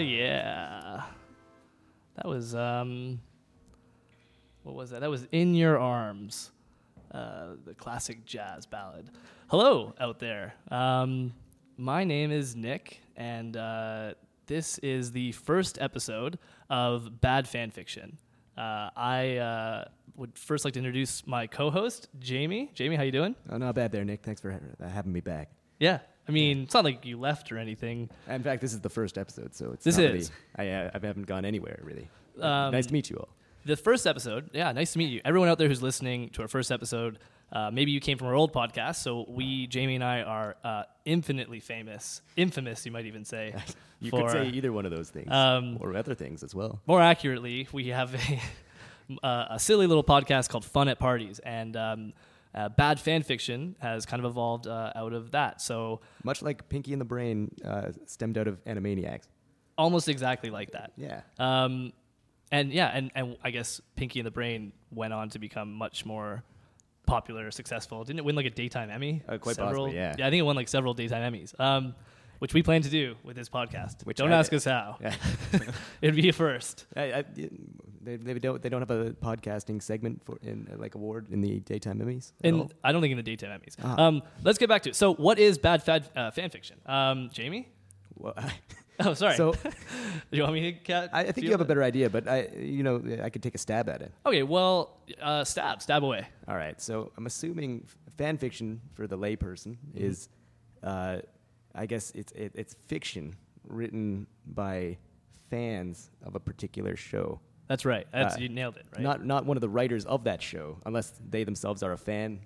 Uh, was um, what was that? That was "In Your Arms," uh, the classic jazz ballad. Hello out there. Um, my name is Nick, and uh, this is the first episode of Bad Fan Fiction. Uh, I uh, would first like to introduce my co-host, Jamie. Jamie, how you doing? Oh, not bad there, Nick. Thanks for ha- uh, having me back. Yeah, I mean, it's not like you left or anything. In fact, this is the first episode, so it's This not is. Really, I, uh, I haven't gone anywhere really. Um, nice to meet you all. the first episode. Yeah, nice to meet you. Everyone out there who's listening to our first episode, uh, maybe you came from our old podcast. So we, Jamie and I, are uh, infinitely famous, infamous, you might even say. You for- could say either one of those things, Um, or other things as well. more accurately, we have a, uh, a silly little podcast called Fun at Parties, and um, uh, bad fan fiction has kind of evolved uh, out of that. So Much like Pinky and the Brain uh, stemmed out of Animaniacs. almost exactly like that. Yeah. Um, and yeah, and, and I guess Pinky and the Brain went on to become much more popular, successful. Didn't it win like a daytime Emmy? Uh, quite several, possibly, yeah. I think it won like several daytime Emmys, um, which we plan to do with this podcast. Which don't I ask did. us how. Yeah. It'd be a first. I, I, they, they don't they don't have a podcasting segment for in uh, like award in the daytime Emmys. at In, all? I don't think in the daytime Emmys. Ah. Um, let's get back to it. So, what is bad fad, uh, fan fiction? Um, Jamie? Well, Oh, sorry. So you want me to cat? I, I think do you have a better idea, but I you know I could take a stab at it. Okay, well, uh, stab, stab away. All right. So I'm assuming f- fan fiction for the layperson Mm-hmm. is, uh, I guess it's it, it's fiction written by fans of a particular show. That's right. That's, Uh, you nailed it, right? Not not one of the writers of that show, unless they themselves are a fan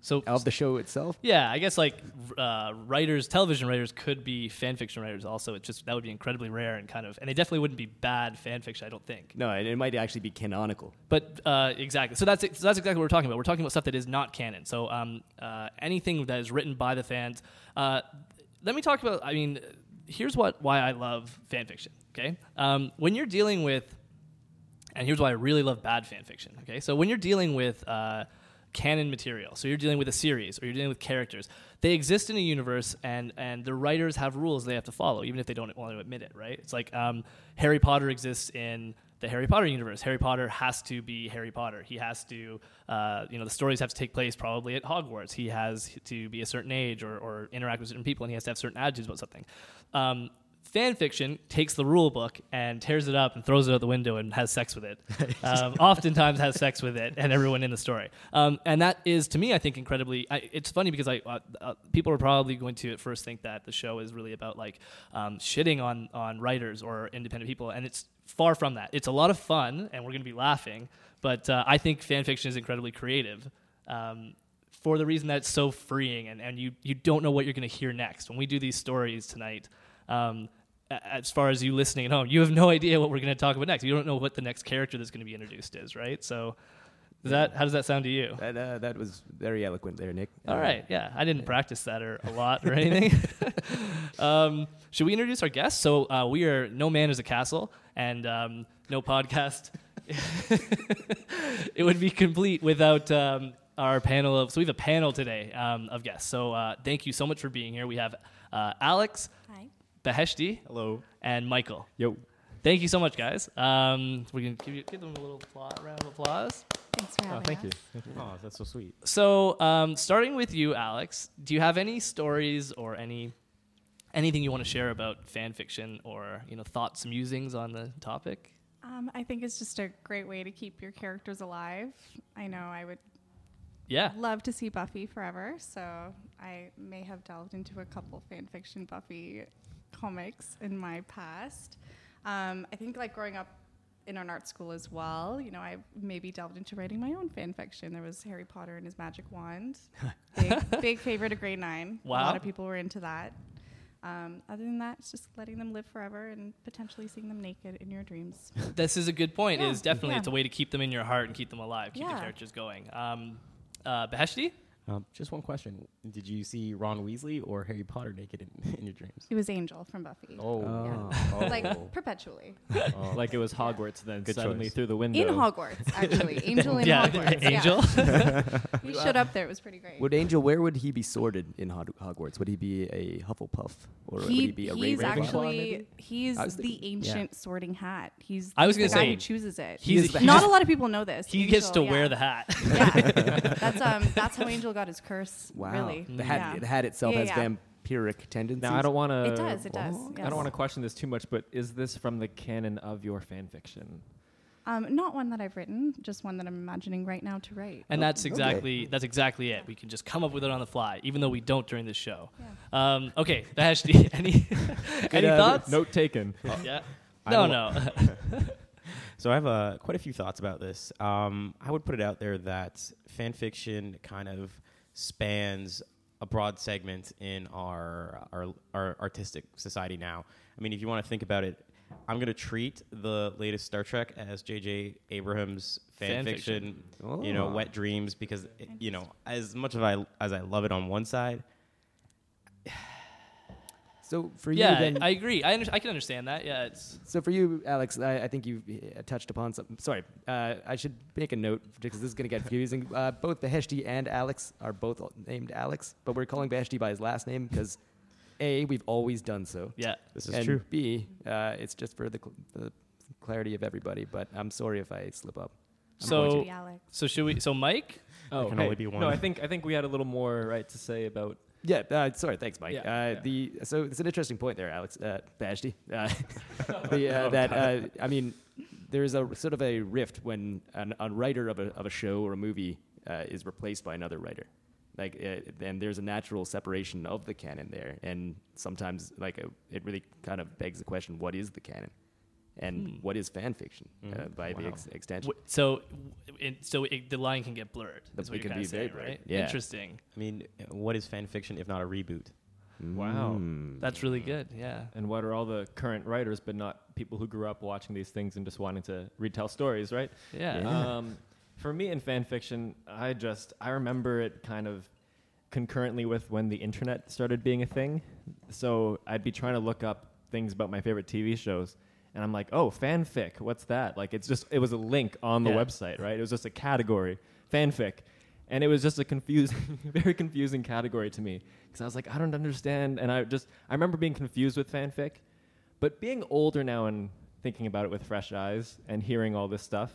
so, of the show itself. Yeah, I guess like r- uh, writers, television writers could be fan fiction writers also. It's just that would be incredibly rare and kind of, and they definitely wouldn't be bad fan fiction, I don't think. No, and it might actually be canonical. But uh, exactly, so that's so that's exactly what we're talking about. We're talking about stuff that is not canon. So um, uh, anything that is written by the fans. Uh, let me talk about. I mean, here's what why I love fan fiction. Okay, um, when you're dealing with and here's why I really love bad fan fiction. Okay, so when you're dealing with uh, canon material, so you're dealing with a series or you're dealing with characters, they exist in a universe, and and the writers have rules they have to follow, even if they don't want to admit it. Right? It's like um, Harry Potter exists in the Harry Potter universe. Harry Potter has to be Harry Potter. He has to, uh, you know, the stories have to take place probably at Hogwarts. He has to be a certain age or, or interact with certain people, and he has to have certain attitudes about something. Um, fan fiction takes the rule book and tears it up and throws it out the window and has sex with it. Um, oftentimes has sex with it and everyone in the story. Um, and that is, to me, I think incredibly. I, it's funny because I uh, uh, people are probably going to at first think that the show is really about like um, shitting on on writers or independent people, and it's far from that. It's a lot of fun, and we're going to be laughing. But uh, I think fan fiction is incredibly creative. Um, for the reason that it's so freeing and, and you, you don't know what you're going to hear next. When we do these stories tonight, um, a- as far as you listening at home, you have no idea what we're going to talk about next. You don't know what the next character that's going to be introduced is, right? So, does that how does that sound to you? That uh, that was very eloquent there, Nick. All right, yeah, I didn't practice that or a lot or anything. um, should we introduce our guests? So uh, we are no man is a castle and um, no podcast. it would be complete without um, our panel of. So we have a panel today um, of guests. So uh, thank you so much for being here. We have uh, Alex Hi. Beheshti Hello. and Michael. Yo. Thank you so much, guys. Um, we can give, you, give them a little applause, round of applause. Thanks for having us. Oh, that's so sweet. So, um, starting with you, Alex, do you have any stories or any anything you want to share about fan fiction or you know thoughts, musings on the topic? Um, I think it's just a great way to keep your characters alive. I know I would Yeah, love to see Buffy forever, so I may have delved into a couple fanfiction Buffy comics in my past. Um, I think like growing up in an art school as well, you know, I maybe delved into writing my own fanfiction. There was Harry Potter and his magic wand, big, big favorite of grade nine. A Wow. lot of people were into that. Um, other than that, it's just letting them live forever and potentially seeing them naked in your dreams. this is a good point. Yeah, is definitely yeah. it's a way to keep them in your heart and keep them alive, keep the Yeah. characters going. Um, uh, Beheshti, Um, just one question: Did you see Ron Weasley or Harry Potter naked in, in your dreams? It was Angel from Buffy. Oh, Oh. Like perpetually. oh. Like it was Hogwarts, then Good suddenly choice. through the window. In Hogwarts, actually. Angel in yeah, Hogwarts. yeah. Angel. He showed up there. It was pretty great. Would Angel, where would he be sorted in Hog- Hogwarts? Would he be a Hufflepuff or would he be a he's Ravenclaw? actually he's I was the thinking- ancient sorting hat. He's I was the gonna guy say, who chooses it. He's is the Not he's- a lot of people know this. He gets to Angel, wear yeah. the hat. Yeah, that's um, that's how Angel got his curse. Wow. Really, The hat, Yeah. the hat itself Yeah, has yeah. vampiric tendencies. Now I don't want to. It does, Uh, it does, I yes. don't want to question this too much, but is this from the canon of your fan fiction? Um, not one that I've written, just one that I'm imagining right now to write. and that's okay. exactly that's exactly it. We can just come up with it on the fly, even though we don't during this show. Yeah. Um, okay, Vashti, any any uh, thoughts? Note taken. Yeah. I No, don't- no. So I have uh, quite a few thoughts about this. Um, I would put it out there that fan fiction kind of spans a broad segment in our our, our artistic society now. I mean, if you want to think about it, I'm going to treat the latest Star Trek as J.J. Abrams Fan fan, fiction. fiction. You know, Oh. wet dreams because it, you know, as much of I as I love it on one side, So for you, yeah, then, I agree. I, under- I can understand that. Yeah, it's So for you, Alex, I, I think you uh, touched upon some. Sorry, uh, I should make a note because this is going to get confusing. Uh, both Beheshti and Alex are both named Alex, but we're calling Beheshti by his last name because a we've always done so. yeah. this is and true. B, uh, it's just for the, cl- the clarity of everybody. But I'm sorry if I slip up. Going to So be Alex. so should we? So Mike, Oh, can hey. only be one. No, I think I think we had a little more right to say about. Yeah, uh, sorry. Thanks, Mike. Yeah, uh, yeah. The so it's an interesting point there, Alex uh, Bashti. Uh, the, uh, that uh, I mean, there's a sort of a rift when an, a writer of a of a show or a movie uh, is replaced by another writer. Like, uh, and there's a natural separation of the canon there, and sometimes like uh it really kind of begs the question: what is the canon, and what is fan fiction uh, by the ex- extension? w- so it, so it, the line can get blurred. The- is what it you're can kinda be very saying, blurred. right? Yeah. Interesting. I mean, what is fan fiction if not a reboot? Wow. Hmm. That's really good. Yeah. Mm-hmm. And what are all the current writers, but not people who grew up watching these things and just wanting to retell stories, right? Yeah. Yeah. Um, for me in fan fiction, I just I remember it kind of concurrently with when the internet started being a thing. So I'd be trying to look up things about my favorite TV shows, and I'm like, oh, fanfic, what's that? Like it's just it was a link on the Yeah. website, right? It was just a category, fanfic. And it was just a confusing, very confusing category to me because I was like, I don't understand. And I just, I remember being confused with fanfic, but being older now and thinking about it with fresh eyes and hearing all this stuff,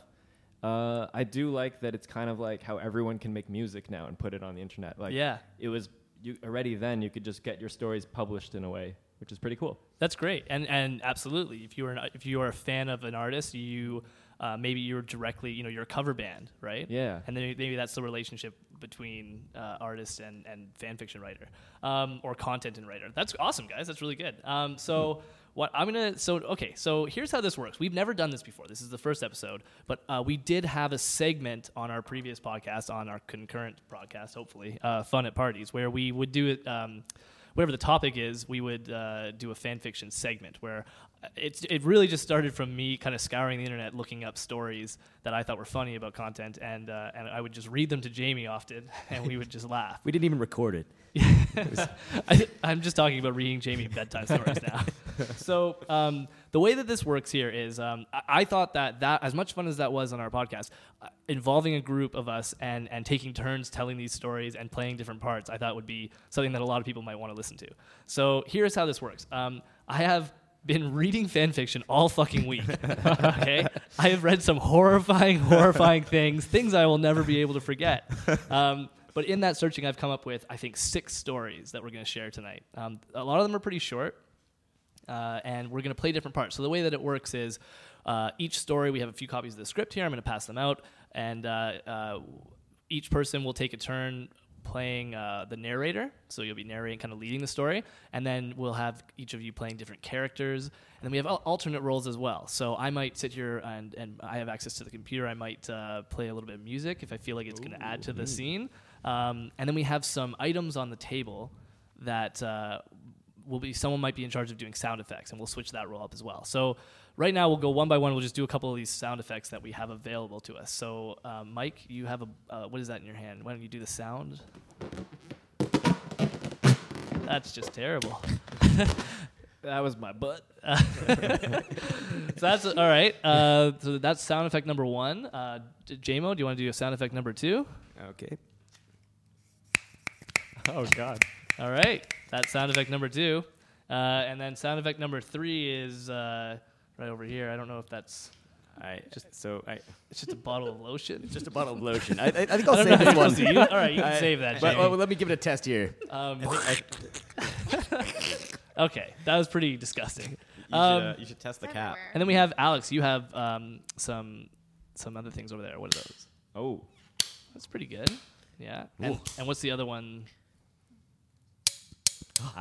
uh, I do like that it's kind of like how everyone can make music now and put it on the internet. Like, Yeah. it was you already then you could just get your stories published in a way, which is pretty cool. That's great, and and absolutely. If you were an, if you are a fan of an artist, you uh, maybe you're directly you know you're a cover band, right? Yeah. And then maybe that's the relationship between uh, artist and and fan fiction writer um, or content and writer. That's awesome, guys. That's really good. Um, so. What I'm gonna so okay so here's how this works. We've never done this before. This is the first episode, but uh, we did have a segment on our previous podcast, on our concurrent broadcast, hopefully, uh, fun at parties, where we would do it. Um, whatever the topic is, we would uh, do a fan fiction segment where uh, it's it really just started from me kind of scouring the internet, looking up stories that I thought were funny about content, and uh, and I would just read them to Jamie often, and we would just laugh. We didn't even record it. I, I'm just talking about reading Jamie bedtime stories now. so um, the way that this works here is, um, I, I thought that that as much fun as that was on our podcast, uh, involving a group of us and and taking turns telling these stories and playing different parts, I thought would be something that a lot of people might want to listen to. So here's how this works. Um, I have. Been reading fan fiction all fucking week. Okay, I have read some horrifying, horrifying things, things I will never be able to forget. Um, but in that searching, I've come up with, I think, six stories that we're going to share tonight. Um, a lot of them are pretty short, uh, and we're going to play different parts. So the way that it works is uh, each story, we have a few copies of the script here. I'm going to pass them out, and uh, uh, each person will take a turn playing uh, the narrator. So you'll be narrating, kind of leading the story, and then we'll have each of you playing different characters. And then we have al- alternate roles as well. So I might sit here and, and I have access to the computer. I might uh, play a little bit of music if I feel like it's going to add to the scene. Um, and then we have some items on the table that uh, will be someone might be in charge of doing sound effects, and we'll switch that role up as well. So right now we'll go one by one. We'll just do a couple of these sound effects that we have available to us. So uh, Mike, you have a uh, what is that in your hand? Why don't you do the sound? That's just terrible. that was my butt. Uh, so that's all right. Uh, so that's sound effect number one. Uh, J- JMO, do you want to do a sound effect number two? Okay. Oh God. All right, that's sound effect number two, uh, and then sound effect number three is uh, right over here. I don't know if that's I just so I it's just a bottle of lotion. just a bottle of lotion. I, I, I think I I'll don't know save how this you're one. supposed to use- all right, you can I- save that, But, Jamie. well, let me give it a test here. Um, you, okay, that was pretty disgusting. should, uh, Um, you should test the cap. and then we have Alex. You have um, some some other things over there. What are those? Oh. That's pretty good. Yeah. And, and what's the other one?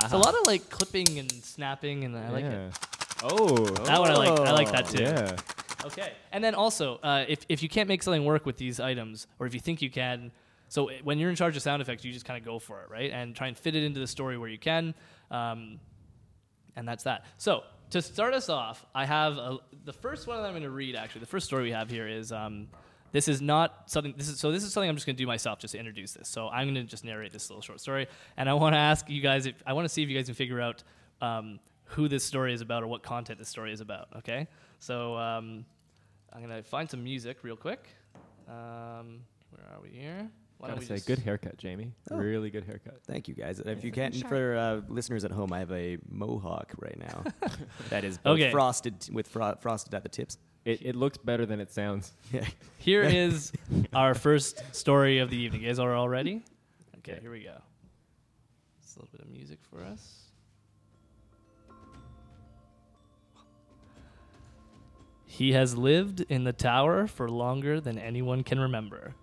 It's a lot of like clipping and snapping, and I like it. Oh. That one I like. I like that too. Yeah. Okay. And then also, uh, if if you can't make something work with these items, or if you think you can, so i- when you're in charge of sound effects, you just kind of go for it, right? And try and fit it into the story where you can. Um, and that's that. So to start us off, I have a, the first one that I'm going to read. Actually, the first story we have here is. Um, this is not something. This is so. This is something I'm just going to do myself, just to introduce this. So I'm going to just narrate this little short story, and I want to ask you guys if I want to see if you guys can figure out um, who this story is about or what content this story is about. Okay, so um, I'm gonna find some music real quick. Um, where are we here? Why Gotta we say, just- good haircut, Jamie. Oh. Really good haircut. Thank you guys. If you can't, Sure. for uh, listeners at home, I have a mohawk right now that is both Okay. frosted with fro- frosted at the tips. It, it looks better than it sounds. Yeah. Here is our first story of the evening. You guys are all ready? Okay, here we go. Just a little bit of music for us. He has lived in the tower for longer than anyone can remember.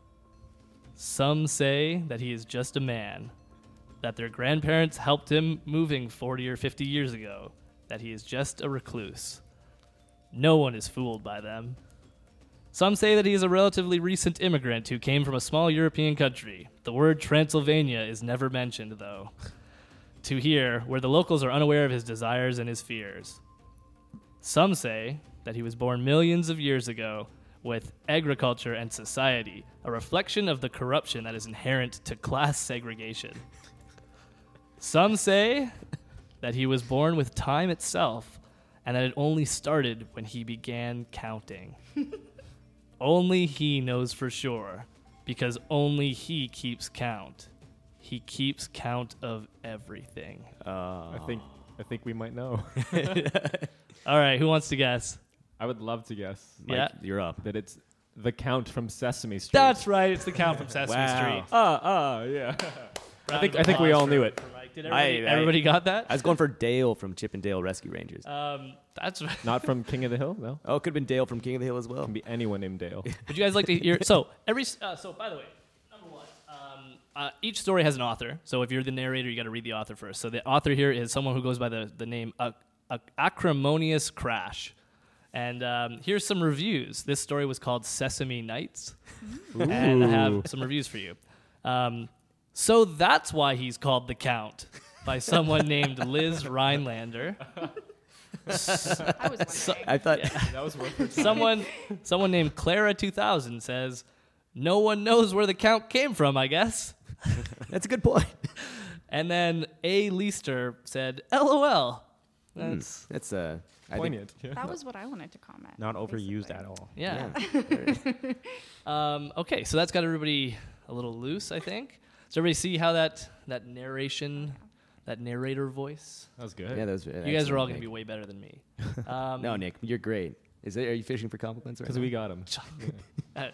Some say that he is just a man, that their grandparents helped him moving 40 or 50 years ago, that he is just a recluse. No one is fooled by them. Some say that he is a relatively recent immigrant who came from a small European country. The word Transylvania is never mentioned, though. to here, where the locals are unaware of his desires and his fears. Some say that he was born millions of years ago with agriculture and society, a reflection of the corruption that is inherent to class segregation. Some say that he was born with time itself and that it only started when he began counting. Only he knows for sure, because only he keeps count. He keeps count of everything. I Uh, think I think we might know. All right, who wants to guess? I would love to guess Mike, yeah, you're up. that it's the count from Sesame Street. that's right. It's the count from Sesame Wow. Street. Ah, ah, yeah. Round think- of I think we applause all for- knew it. for Mike. Did everybody, I- I- everybody got that? I was going for Dale from Chip and Dale Rescue Rangers. um, that's right. Not from King of the Hill, no. oh, it could have been Dale from King of the Hill as well. Can be anyone named Dale. Would you guys like to hear? So every uh, so by the way, number one, um, uh, each story has an author. So if you're the narrator, you got to read the author first. So the author here is someone who goes by the the name uh, uh, Acrimonious Crash. And um, here's some reviews. This story was called Sesame Nights, and I have some reviews for you. Um, so that's why he's called the Count by someone named Liz Rhinelander. I was wondering. I thought that was one. person. someone someone named Clara 2000 says, "No one knows where the count came from, I guess." that's a good point. And then A Leister said, "LOL." That's That's uh, I think- Poignant. yeah. that was what I wanted to comment. Not overused basically. at all. Hmm. yeah. yeah. There it is. Um, okay, so that's got everybody a little loose, I think. So everybody see how that that narration, that narrator voice. That was good. Yeah, those. You you guys are all going to be way better than me. Um, No, Nick, you're great. Is it? Are you fishing for compliments? Right Because now? we got him. uh,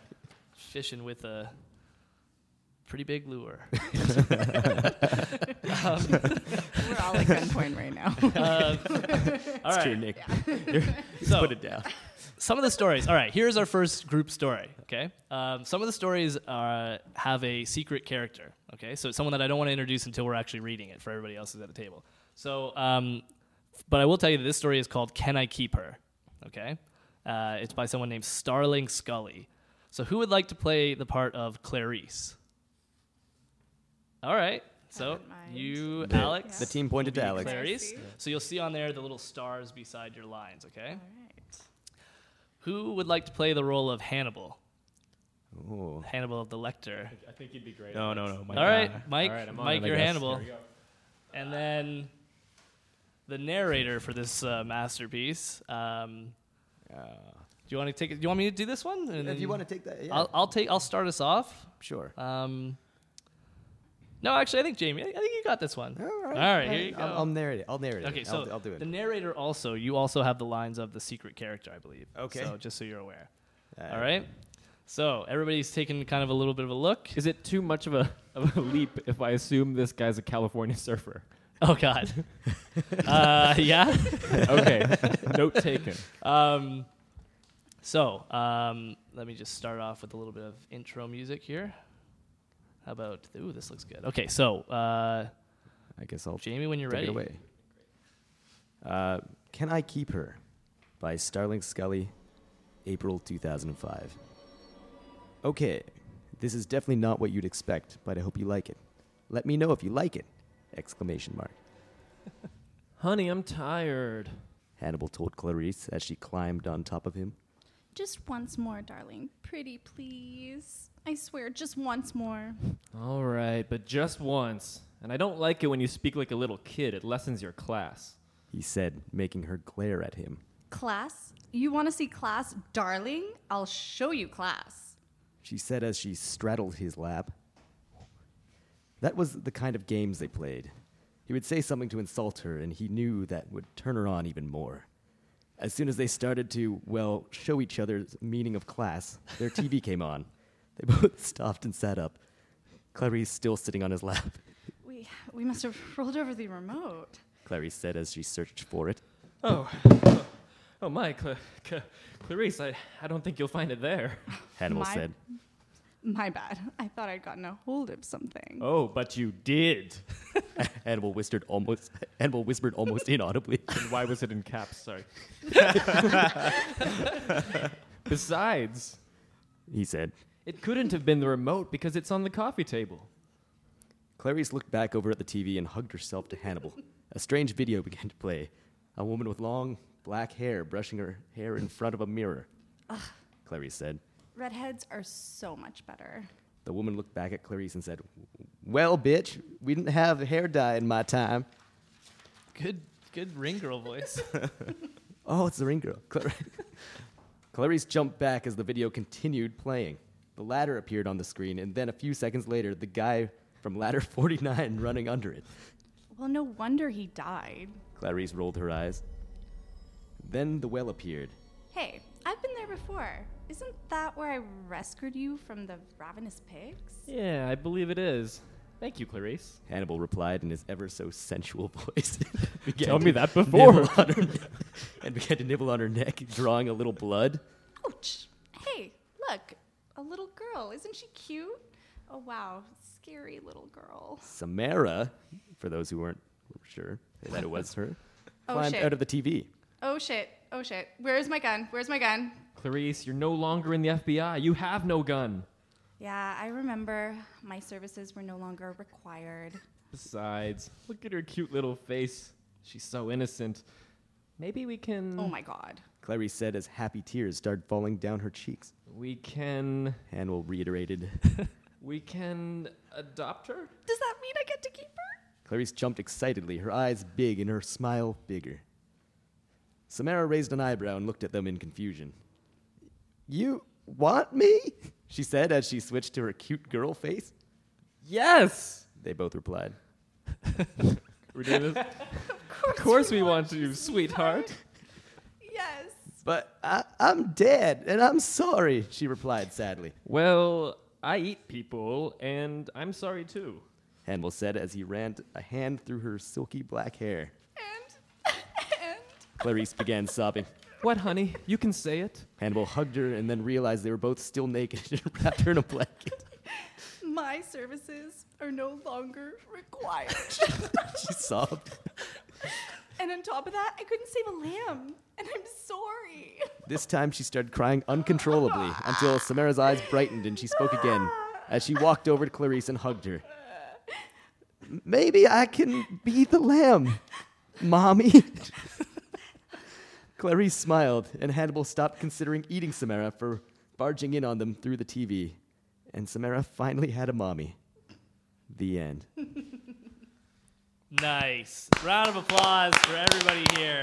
fishing with a pretty big lure. Um, We're all at gunpoint right now. Uh, all It's true, right, Nick. so- Put it down. some of the stories. All right, here's our first group story. Okay, um, some of the stories uh, have a secret character. Okay, so it's someone that I don't want to introduce until we're actually reading it for everybody else who's at the table. So, um, but I will tell you that this story is called "Can I Keep Her?" Okay, uh, it's by someone named Starling Scully. So, who would like to play the part of Clarice? All right, So Haven't mind. you, The- Alex, the team pointed will to be Alex. Clarice. Clarice. So you'll see on there the little stars beside your lines. Okay. All right. Who would like to play the role of Hannibal? Ooh. Hannibal of the Lecter. I think you'd be great. No, no, no. Mike, All right, uh, Mike. All right, I'm on Mike, it, I you're guess. Hannibal. There we go. And then the narrator for this uh, masterpiece. Um, do you want to take? it? Do you want me to do this one? And if then you want to take that, yeah, I'll, I'll take. I'll start us off. sure. Um, no, actually, I think Jamie. I I think you got this one. all right, all right, here you I'll, go. I'll narrate it. I'll narrate it. Okay, so I'll, I'll do it. the narrator also. You also have the lines of the secret character, I believe. Okay. So just so you're aware. Uh, all right. So everybody's taking kind of a little bit of a look. Is it too much of a of a leap if I assume this guy's a California surfer? Oh God. uh, yeah. Okay, note taken. Um, so um, let me just start off with a little bit of intro music here. How about ooh, this looks good. Okay, so uh, I guess I'll Jamie, when you're Take ready, it away. Uh, Can I Keep Her by Starling Scully, April 2005. Okay, this is definitely not what you'd expect, but I hope you like it. Let me know if you like it! Exclamation mark. Honey, I'm tired. Hannibal told Clarice as she climbed on top of him. Just once more, darling. Pretty, please. I swear, just once more. All right, but just once. And I don't like it when you speak like a little kid. It lessens your class. He said, making her glare at him. Class? You want to see class, darling? I'll show you class. She said as she straddled his lap. That was the kind of games they played. He would say something to insult her, and he knew that would turn her on even more. As soon as they started to, well, show each other's meaning of class, their TV came on. They both stopped and sat up. Clarice still sitting on his lap, We, we must have rolled over the remote. Clarice said as she searched for it. Oh, oh my, Cla- Ca- Clarice, I, I don't think you'll find it there. Hannibal My- said, My bad. I thought I'd gotten a hold of something. Oh, but you did. Hannibal whispered almost, Hannibal whispered almost inaudibly. And why was it in caps? Sorry. Besides, He said, it couldn't have been the remote because it's on the coffee table. Clarice looked back over at the TV and hugged herself to Hannibal. A strange video began to play. A woman with long black hair brushing her hair in front of a mirror. Clarice said. Redheads are so much better. The woman looked back at Clarice and said, Well, bitch, we didn't have hair dye in my time. good, good ring girl voice. Oh, it's the ring girl. Clar- Clarice jumped back as the video continued playing. The ladder appeared on the screen, and then a few seconds later, the guy from ladder 49 running under it. Well, no wonder he died. Clarice rolled her eyes. Then the well appeared. Hey, I've been there before. Isn't that where I rescued you from the ravenous pigs? Yeah, I believe it is. Thank you, Clarice. Hannibal replied in his ever so sensual voice. Began Tell to me that nibble before. on her neck- and began to nibble on her neck, drawing a little blood. Ouch! Hey, look, a little girl. Isn't she cute? Oh, wow, scary little girl. Samara, for those who weren't sure that it was her, Oh, climbed shit. out of the TV. Oh, shit. Oh, shit. Where's my gun? Where's my gun? Clarice, you're no longer in the FBI. You have no gun. Yeah, I remember my services were no longer required. Besides, look at her cute little face. She's so innocent. Maybe we can. Oh my god. Clarice said as happy tears started falling down her cheeks. We can. Hannibal reiterated. We can adopt her? Does that mean I get to keep her? Clarice jumped excitedly, her eyes big and her smile bigger. Samara raised an eyebrow and looked at them in confusion. You want me? She said as she switched to her cute girl face. Yes! They both replied. We're doing this? Of course, of course we want you, sweetheart. Yes. But I, I'm dead and I'm sorry, she replied sadly. Well, I eat people, and I'm sorry too. Hannibal said as he ran a hand through her silky black hair. And and Clarice began sobbing. What, honey? You can say it. Hannibal hugged her and then realized they were both still naked and wrapped her in a blanket. my services are no longer required. She sobbed. and on top of that, I couldn't save a lamb. And I'm sorry. This time she started crying uncontrollably until Samara's eyes brightened and she spoke again as she walked over to Clarice and hugged her. maybe I can be the lamb, mommy. Clarice smiled, and Hannibal stopped considering eating Samara for barging in on them through the TV. And Samara finally had a mommy. The end. Nice. Round of applause for everybody here.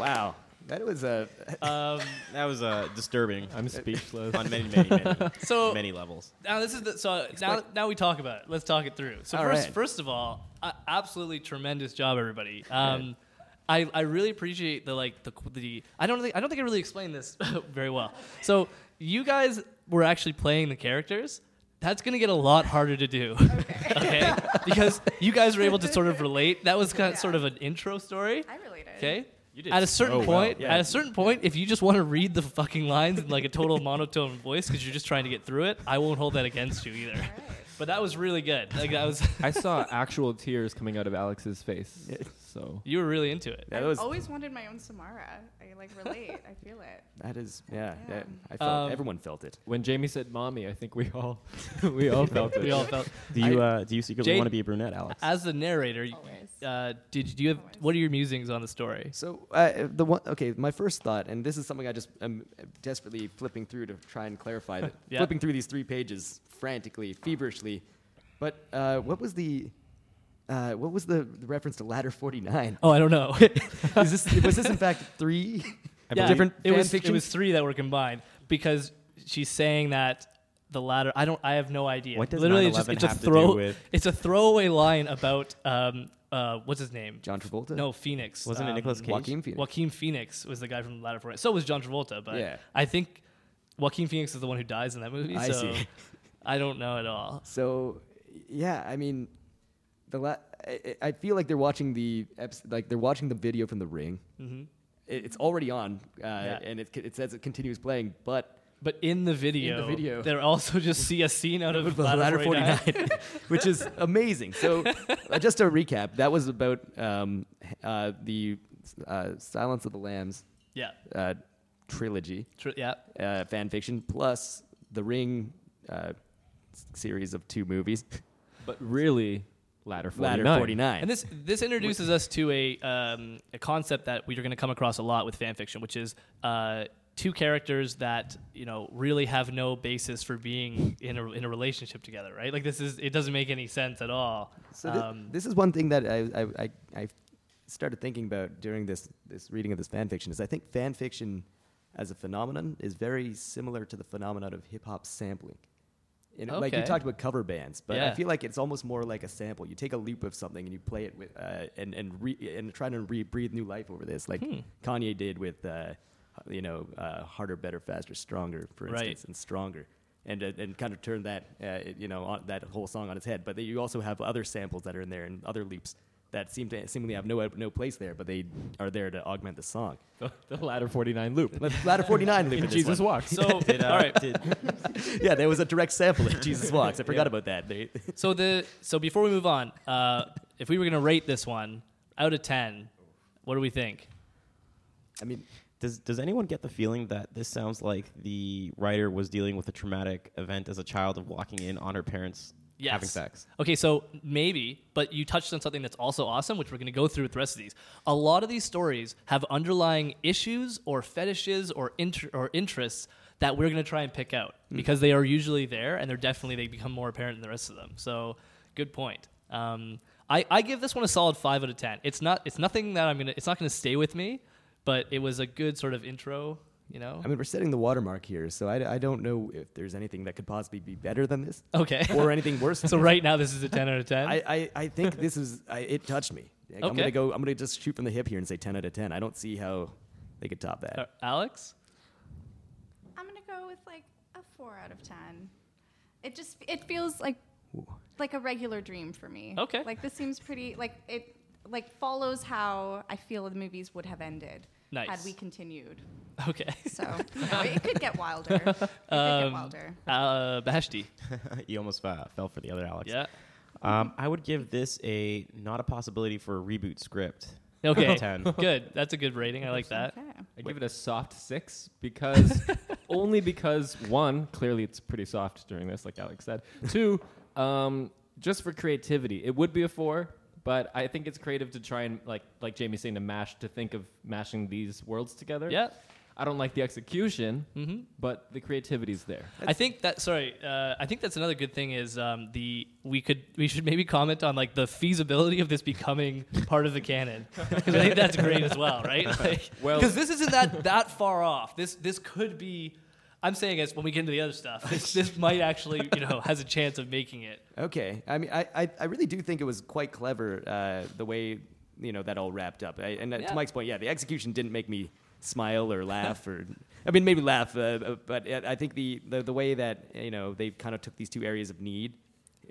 Wow. That was a. Um, That was uh, disturbing I'm speechless. on many, many, many, so many levels. now this is the, so now now we talk about it. Let's talk it through. So All first, right. first of all, uh, absolutely tremendous job, everybody. Um, I, I really appreciate the like the the I don't think I don't think I really explained this very well. So you guys were actually playing the characters. That's gonna get a lot harder to do, okay? because you guys were able to sort of relate. That was kind of, Yeah. sort of an intro story. I related. Okay. You did at a so certain well. point, Yeah. at a certain point, if you just want to read the fucking lines in like a total monotone voice because you're just trying to get through it, I won't hold that against you either. All right. But that was really good. Like that was, I saw actual tears coming out of Alex's face. So you were really into it. That I've was. always wanted my own Samara. I like relate. I feel it. That is. Yeah. Yeah. that- I felt. Um, everyone felt it. when Jamie said "mommy," I think we all we all felt it. We all felt. Do you uh, do you secretly Jade- want to be a brunette, Alex? As the narrator, you- Always. uh, did do you have Always. what are your musings on the story? So uh, the one, okay, my first thought, and this is something I just am desperately flipping through to try and clarify that Yeah. flipping through these three pages frantically, feverishly. But uh, what was the uh, what was the, the reference to Ladder Forty Nine? Oh, I don't know. is this was this in fact three? yeah, different It fan was it fictions? was three that were combined because she's saying that the latter. I don't. I have no idea. What does Literally, 9/11 it's just it's a have to do throw. with? It's a throwaway line about um uh what's his name John Travolta? No, Phoenix. Um, Wasn't it Nicolas Cage? Joaquin Phoenix. Joaquin Phoenix was the guy from Ladder Four. So was John Travolta, but Yeah. I think Joaquin Phoenix is the one who dies in that movie. I so see. I don't know at all. So yeah, I mean, the la- I, I I feel like they're watching the eps- like they're watching the video from The Ring. hmm It, it's already on, uh, Yeah. and it, it says it continues playing, but. But in the video, video. they're also just see a scene out of The Ladder, Ladder 49. 49, which is amazing. So, uh, just to recap, that was about um, h- uh, the uh, Silence of the Lambs yeah, uh, trilogy, tr- yeah, uh, fan fiction, plus the Ring uh, s- series of two movies, But really, ladder forty-nine. Ladder 49. and this this introduces us to a um, a concept that we are going to come across a lot with fan fiction, which is uh, two characters that you know really have no basis for being in a in a relationship together, right? Like this is it doesn't make any sense at all. So thi- Um, this is one thing that I, I, I, I started thinking about during this, this reading of this fan fiction is I think fan fiction as a phenomenon is very similar to the phenomenon of hip hop sampling. You know, Like you Okay. talked about cover bands, but I Yeah. feel like it's almost more like a sample. You take a loop of something and you play it with, uh, and and re- and try to re- breathe new life over this, like Hmm. Kanye did with, uh, you know, uh, harder, better, faster, stronger, for Right. instance, and stronger, and uh, and kind of turn that uh, you know on, that whole song on its head. But then you also have other samples that are in there and other loops that seem to seemingly have no no place there, but they are there to augment the song. The, the ladder forty-nine loop. Let- Ladder forty nine loop. in and this Jesus one. walks. so Did, uh, all right, did- Yeah, there was a direct sample of Jesus walks. I forgot about that. They, So the so before we move on, uh, if we were gonna rate this one out of ten, what do we think? I mean, does does anyone get the feeling that this sounds like the writer was dealing with a traumatic event as a child of walking in on her parents Yes. having sex? Okay, so maybe, but you touched on something that's also awesome, which we're going to go through with the rest of these. A lot of these stories have underlying issues or fetishes or inter- or interests that we're going to try and pick out because they are usually there and they're definitely they become more apparent in the rest of them. So, good point. Um, I, I give this one a solid five out of ten. It's not it's nothing that I'm gonna it's not gonna stay with me, but it was a good sort of intro. You know. I mean, we're setting the watermark here, so I, I don't know if there's anything that could possibly be better than this Okay. or anything worse. than so this. right now this is a ten out of ten. I, I, I think this is I, it touched me. Like, I'm Okay. gonna go. I'm gonna just shoot from the hip here and say 10 out of 10. I don't see how they could top Uh, that. Alex. I'm gonna go with like a four out of ten. It just it feels like like a regular dream for me. Okay. Like this seems pretty like it like follows how I feel the movies would have ended had Nice. we continued. Okay. So you know, it could get wilder. It could Um, get wilder. Uh, Bahashti. you almost uh, fell for the other Alex. Yeah. Um, I would give this a not a possibility for a reboot script. Okay. Ten. Good. That's a good rating. I like that. Okay. I give it a soft six because only because one, clearly it's pretty soft during this, like Alex said. Two, um, just for creativity, it would be a four. But I think it's creative to try and like like Jamie's saying to mash to think of mashing these worlds together. Yeah. I don't like the execution, Mm-hmm. but the creativity's there. I think that sorry, uh, I think that's another good thing is um, the we could we should maybe comment on like the feasibility of this becoming part of the canon because I think that's great as well, right? Like, Well- because this isn't that that far off. This this could be. I'm saying as when we get into the other stuff, this, this might actually you know has a chance of making it. Okay. I mean, I, I, I really do think it was quite clever uh, the way you know that all wrapped up. I, and uh, Yeah. to Mike's point, yeah, the execution didn't make me smile or laugh or I mean maybe laugh, uh, uh, but uh, I think the, the the way that you know they kind of took these two areas of need.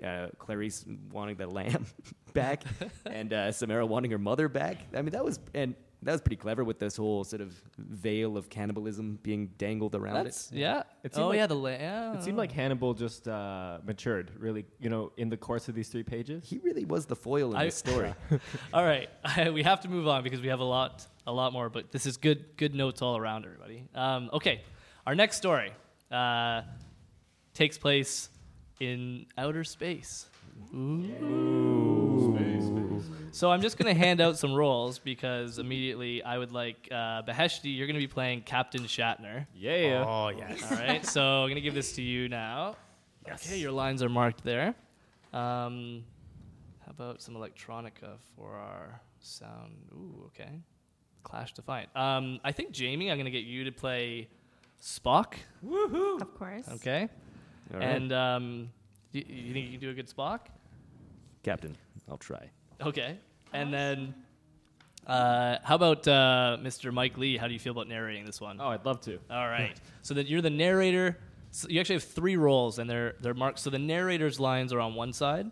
Uh, Clarice wanting the lamb back, and uh, Samara wanting her mother back. I mean, that was and that was pretty clever with this whole sort of veil of cannibalism being dangled around That's it. yeah. It seemed oh like- yeah, the la- yeah. It seemed like Hannibal just uh, matured, really, you know, in the course of these three pages. He really was the foil in I- this story. all right, we have to move on because we have a lot, a lot more. But this is good, good notes all around, everybody. Um, okay, our next story uh, takes place in outer space. So I'm just going to hand out some roles because immediately I would like uh, Beheshti. You're going to be playing Captain Shatner. Yeah. Oh yes. All right, so I'm going to give this to you now. Okay, your lines are marked there. Um, how about some electronica for our sound? Ooh, okay. Clash Defiant. Um, I think Jamie, I'm going to get you to play Spock. Of course. Okay. All right. And um, you, you think you can do a good Spock? Captain, I'll try. Okay. And then, uh, how about uh, Mr. Mike Lee? How do you feel about narrating this one? Oh, I'd love to. All right. so that you're the narrator. So you actually have three roles, and they're they're marked. So the narrator's lines are on one side,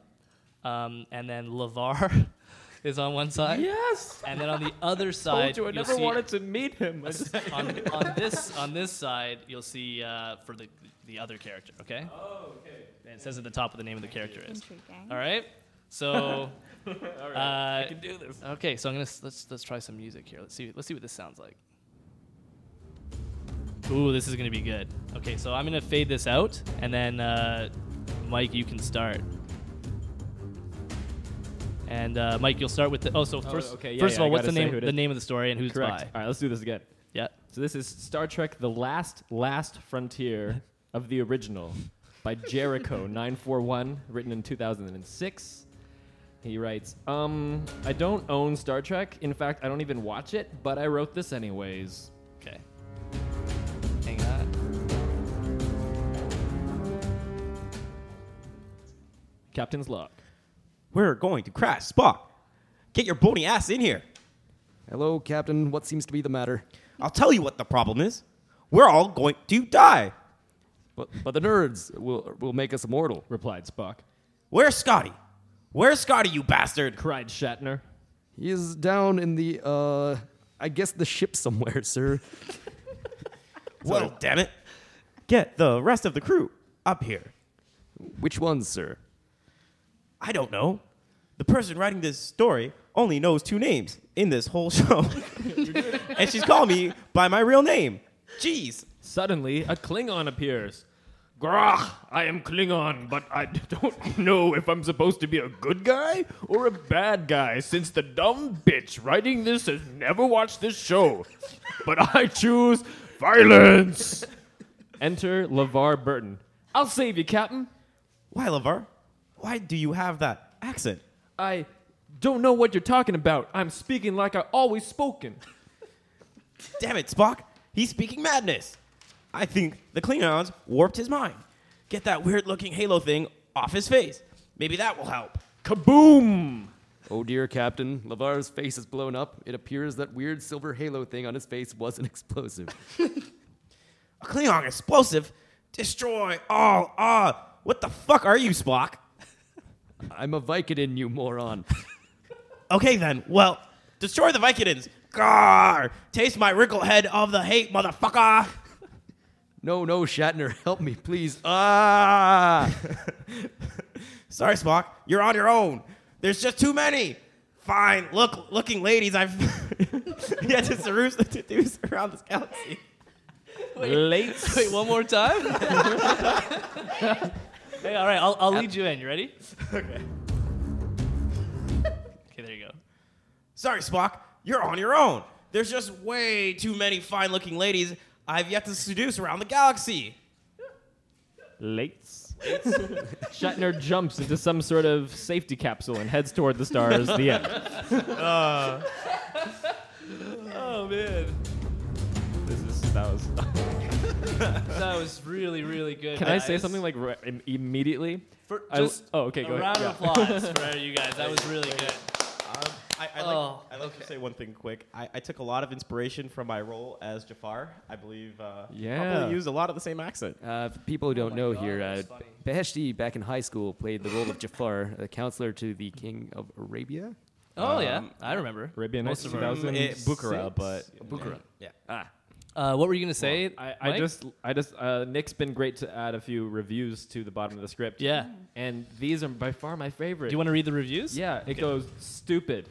um, and then Lavar is on one side, Yes. and then on the other I side, told you I you'll never see- wanted to meet him. I just- on, on this on this side, you'll see uh, for the the other character. Okay. Oh, okay. And it says at the top what the name of the character is. Intriguing. All right. So. Uh, I can do this. Okay, so I'm gonna s- let's let's try some music here. Let's see let's see what this sounds like. Ooh, this is gonna be good. Okay, so I'm gonna fade this out, and then uh, Mike, you can start. And uh, Mike, you'll start with the. Oh, so first, okay, yeah, first yeah, of all, I what's the gotta say who name? it The is. name of the story and who's Correct. by? All right, let's do this again. Yeah. So this is Star Trek: The Last Last Frontier of the original by Jericho 941, written in 2006. He writes, "Um, I don't own Star Trek. In fact, I don't even watch it, but I wrote this anyways." Okay. Hang on. Captain's log. We're going to crash, Spock. Get your bony ass in here. Hello, Captain. What seems to be the matter? I'll tell you what the problem is. We're all going to die. But, but the nerds will, will make us immortal. Replied Spock. Where's Scotty? Where's Scotty, you bastard? Cried Shatner. He is down in the, uh, I guess the ship somewhere, sir. Well, damn it. Get the rest of the crew up here. Which ones, sir? I don't know. The person writing this story only knows two names in this whole show. and she's called me by my real name. Jeez. Suddenly, a Klingon appears. Grah, I am Klingon, but I don't know if I'm supposed to be a good guy or a bad guy, since the dumb bitch writing this has never watched this show. But I choose violence. Enter LeVar Burton. I'll save you, Captain. Why, Lavar? Why do you have that accent? I don't know what you're talking about. I'm speaking like I always spoken. Damn it, Spock. He's speaking madness. I think the Klingons warped his mind. Get that weird looking halo thing off his face. Maybe that will help. Kaboom! Oh dear, Captain. Lavar's face is blown up. It appears that weird silver halo thing on his face was an explosive. A Klingon explosive? Destroy all. Ah. What the fuck are you, Spock? I'm a Vicodin, you moron. Okay then. Well, destroy the Vicodins. Gar! Taste my wrinkled head of the hate, motherfucker. No, no, Shatner, help me, please. Ah! Sorry, Spock. You're on your own. There's just too many. Fine, look, looking ladies. I've yet to seduce, to seduce around this galaxy. Late. Wait, one more time. Hey, all right, I'll, I'll lead you in. You ready? Okay, there you go. Sorry, Spock, you're on your own. There's just way too many fine looking ladies I've yet to seduce around the galaxy. Lates. Shatner jumps into some sort of safety capsule and heads toward the stars. the end. Oh man, This is that was. that was really really good. Can I say guys. something like ri- im- immediately? For I- just oh, okay, a go ahead. round Yeah. of applause for you guys. That was really good. I, I Oh, like, I'd like to say one thing quick. I, I took a lot of inspiration from my role as Jafar. I believe uh, Yeah. probably used a lot of the same accent. Uh, for people who don't Oh my know God, here, uh, that's funny. Beheshti back in high school played the role of Jafar, a counselor to the king of Arabia. Oh yeah, Um, I remember. Arabian Most of Nights our- 2000. Eh, Bukhara, but Bukhara. Yeah. Uh, what were you gonna say? I, I Mike? just, I just, uh, Nick's been great to add a few reviews to the bottom of the script. Yeah. And these are by far my favorite. Do you want to read the reviews? Yeah, it goes stupid,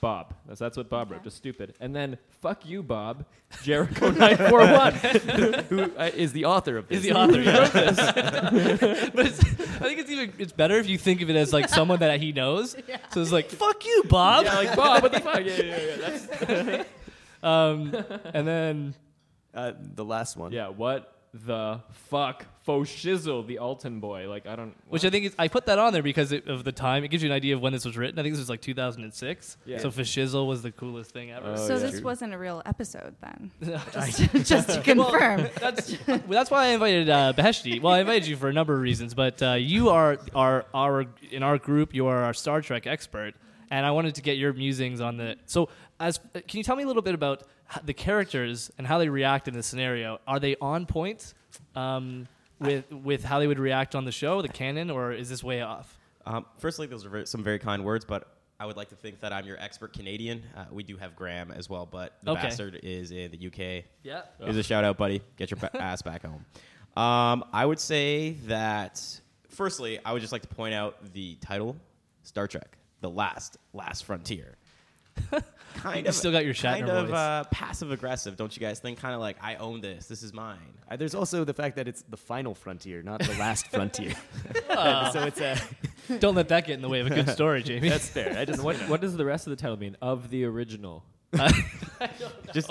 Bob. That's that's what Bob wrote. Okay. Just stupid, and then fuck you, Bob. Jericho nine four one. Who uh, is the author of Is this? the author who wrote this? but it's, I think it's even it's better if you think of it as like someone that he knows. So it's like fuck you, Bob. Yeah, like Bob. What the fuck? Yeah, yeah, yeah. That's, Um, and then Uh, the last one. yeah. What the fuck? Faux shizzle, the Alton boy. Like I don't. Which I think is, I put that on there because it, of the time. It gives you an idea of when this was written. I think this was like 2006. Yeah. So Fashizzle was the coolest thing ever. Oh, so yeah. this True. wasn't a real episode then. Uh, just, just to confirm. that's well, that's why I invited uh, Beheshti. Well, I invited you for a number of reasons, but uh, you are our our in our group. You are our Star Trek expert, and I wanted to get your musings on the. So, as can you tell me a little bit about h- the characters and how they react in this scenario? Are they on point um, with with how they would react on the show, the canon, or is this way off? Um, firstly, those are very, some very kind words, but I would like to think that I'm your expert Canadian. Uh, we do have Graham as well, but the Okay. bastard is in the UK. Yeah. Here's a shout out, buddy. Get your ba- ass back home. Um, I would say that firstly, I would just like to point out the title, Star Trek: The Last Last Frontier. kind You of still got your Shatner kind of voice. uh, passive aggressive, don't you guys think? Kind of like I own this. This is mine. Uh, there's also the fact that it's the final frontier, not the last frontier. so it's a. Don't let that get in the way of a good story, Jamie. That's fair. I just And what, what does the rest of the title mean? Of the original. Just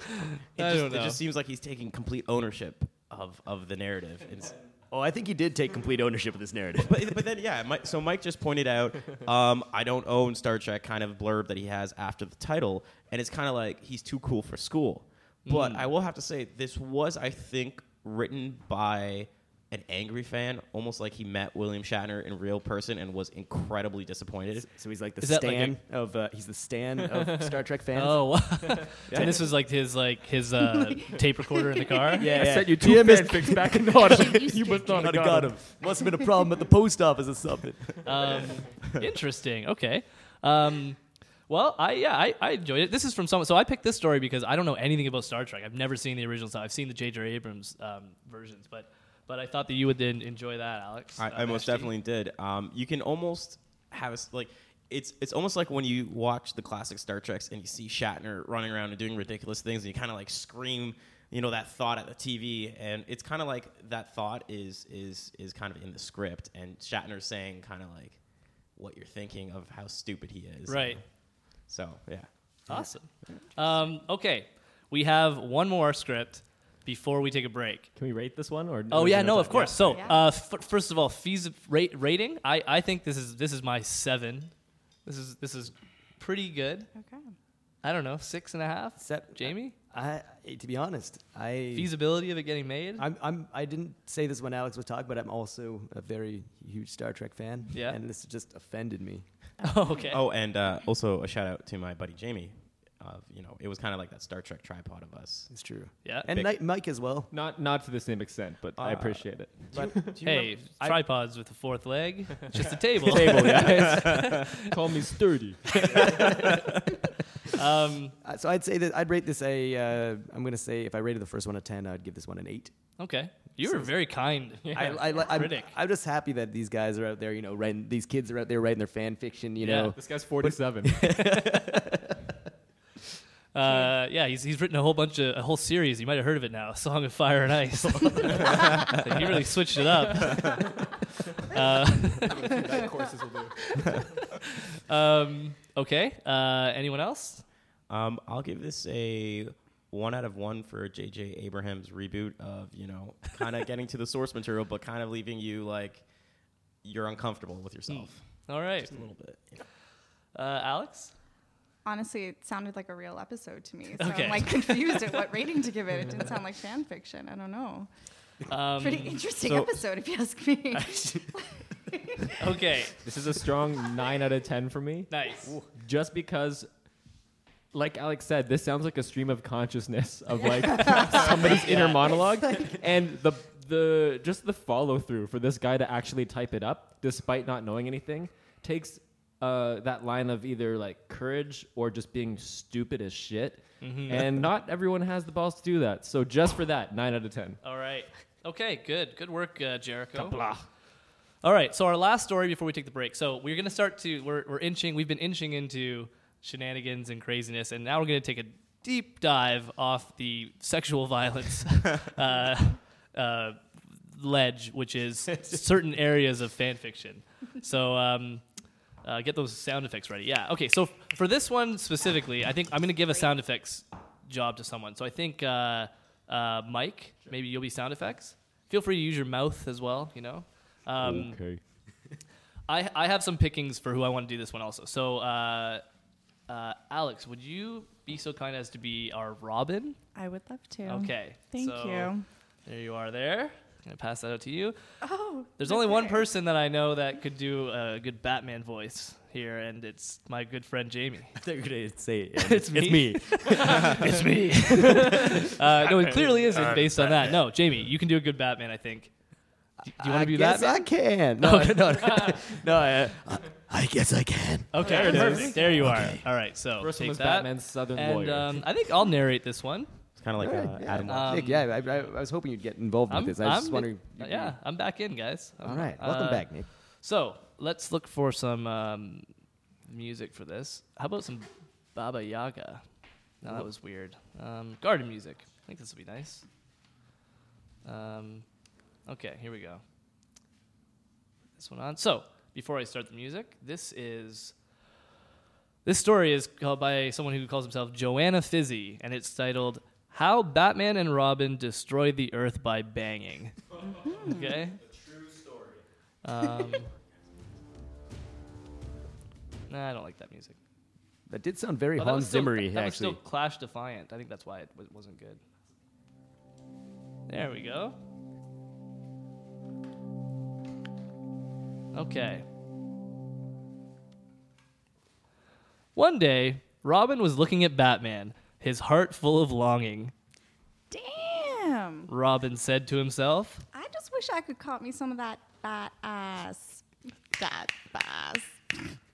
I just, don't it know. just seems like he's taking complete ownership of of the narrative. It's- Oh, I think he did take complete ownership of this narrative. but, but then yeah, Mike, so Mike just pointed out um, I don't own Star Trek kind of blurb that he has after the title, and it's kind of like he's too cool for school. But I will have to say this was I think written by an angry fan, almost like he met William Shatner in real person and was incredibly disappointed. So he's like the Is that like Stan of uh, he's the Stan of Star Trek fans. Oh, wow. and this was like his like his uh, tape recorder in the car. Yeah, yeah. I sent you two Dear Mr. fanfics back in autumn. used you to must not have Not a got god them. of- Must have been a problem at the post office or something. Um, interesting. Okay. Um, well, I yeah, I, I enjoyed it. This is from someone. So I picked this story because I don't know anything about Star Trek. I've never seen the original stuff. I've seen the J.J. Abrams um, versions, but but I thought that you would en- enjoy that, Alex. I, Uh, I most Ashton. definitely did. Um, you can almost have a s like it's it's almost like when you watch the classic Star Treks and you see Shatner running around and doing ridiculous things, and you kind of like scream, you know, that thought at the TV, and it's kind of like that thought is is is kind of in the script, and Shatner's saying kind of like what you're thinking of how stupid he is, Right. So yeah. Awesome. Um, okay, we have one more script before we take a break. Can we rate this one or? Oh is yeah, there no, time? of course. Yeah. So, Yeah. uh, f- first of all, fees rate rating. I, I think this is this is my seven. This is this is pretty good. okay. I don't know, six and a half. Sep- Jamie, I, to be honest, I feasibility of it getting made. I'm, I'm, Uh, e. I didn't say this when Alex was talking, but I'm also a very huge Star Trek fan. Yeah. And this just offended me. oh, okay. Oh, and uh, also a shout out to my buddy Jamie. Of you know, it was kind of like that Star Trek tripod of us. It's true. yeah. And Big- Ni- Mike as well. Not not to the same extent, but I Uh, appreciate it. hey, tripods with a fourth leg, just a table. Table, guys. Call me sturdy. um, Uh, so I'd say that I'd rate this a. Uh, I'm gonna say if I rated the first one a ten, I'd give this one an eight. okay, you were very kind. I, I, li- I'm, critic. I'm just happy that these guys are out there, you know, writing. These kids are out there writing their fan fiction. You Yeah. know, This guy's forty-seven. Uh, yeah, he's, he's written a whole bunch of a whole series. You might have heard of it now, "Song of Fire and Ice." Like, he really switched it up. Uh, that courses will do. um, okay. Uh, anyone else? Um, I'll give this a one out of one for J.J. Abrams' reboot of you know kind of getting to the source material, but kind of leaving you like you're uncomfortable with yourself All right. just a little bit. Uh, Alex? Honestly, it sounded like a real episode to me. So Okay. I'm like confused at what rating to give it. It didn't sound like fan fiction. I don't know. Um, Pretty interesting so- episode, if you ask me. okay. This is a strong nine out of ten for me, Nice. just because, like Alex said, this sounds like a stream of consciousness of like somebody's inner monologue, and the the just the follow through for this guy to actually type it up, despite not knowing anything, takes uh, that line of either like courage or just being stupid as shit. Mm-hmm. And not everyone has the balls to do that. So just for that, nine out of ten. All right. Okay, good. Good work, uh, Jericho. All right, so our last story before we take the break. So we're going to start to, we're, we're inching, we've been inching into shenanigans and craziness, and now we're going to take a deep dive off the sexual violence uh, uh, ledge, which is certain areas of fan fiction. So um, uh, get those sound effects ready. Yeah, okay, so f- for this one specifically, I think I'm going to give a sound effects job to someone. So I think uh, uh, Mike, maybe you'll be sound effects. Feel free to use your mouth as well, you know. Um, okay. I, I have some pickings for who I want to do this one also. So, uh, uh, Alex, would you be so kind as to be our Robin? I would love to. Okay. Thank so you. There you are there. I'm going to pass that out to you. Oh. There's only one okay. person that I know that could do a good Batman voice here, and it's my good friend Jamie. I thought you were going to say it. It's me. it's me. uh, no, it clearly isn't based on that. No, Jamie, you can do a good Batman, I think. Do, do you want I to be guess Batman? I can. No, Okay. no, no. no I, I- I guess I can. uh, Okay, There it perfect. is. There you are. All right, so First take one was that. Batman's Southern And lawyer. um, I think I'll narrate this one. It's kind of like All uh, right, yeah. Adam. Um, Nick, yeah, I, I, I was hoping you'd get involved with this. I was just I'm- wondering. Uh, Yeah, I'm back in, guys. I'm- All right. Welcome uh, back, Nick. So let's look for some um, music for this. How about some Baba Yaga? No, that was weird. Um, garden music. I think this will be nice. Um, okay, here we go. This one on. So before I start the music, this is. This story is called by someone who calls himself Joanna Fizzy, and it's titled "How Batman and Robin Destroyed the Earth by Banging." okay. Um, nah, I don't like that music. That did sound very Oh, that was Hans still- Zimmery, that, that was actually. still Clash Defiant. I think that's why it w- wasn't good. There we go. Okay. One day, Robin was looking at Batman, his heart full of longing. Damn. Robin said to himself, I just wish I could cop me some of that fat ass. That ass.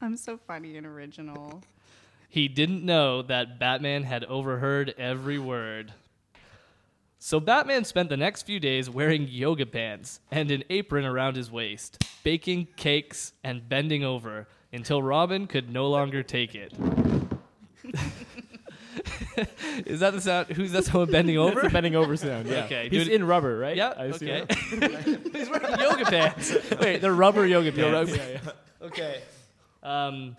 I'm so funny and original. He didn't know that Batman had overheard every word. So Batman spent the next few days wearing yoga pants and an apron around his waist, baking cakes and bending over until Robin could no longer take it. Is that the sound? Who's that someone bending That's over? a bending over sound. Yeah. Okay, He's dude. in rubber, right? Yeah. I assume. Okay. He's wearing yoga pants. Wait, they're rubber yoga pants. Okay. Um,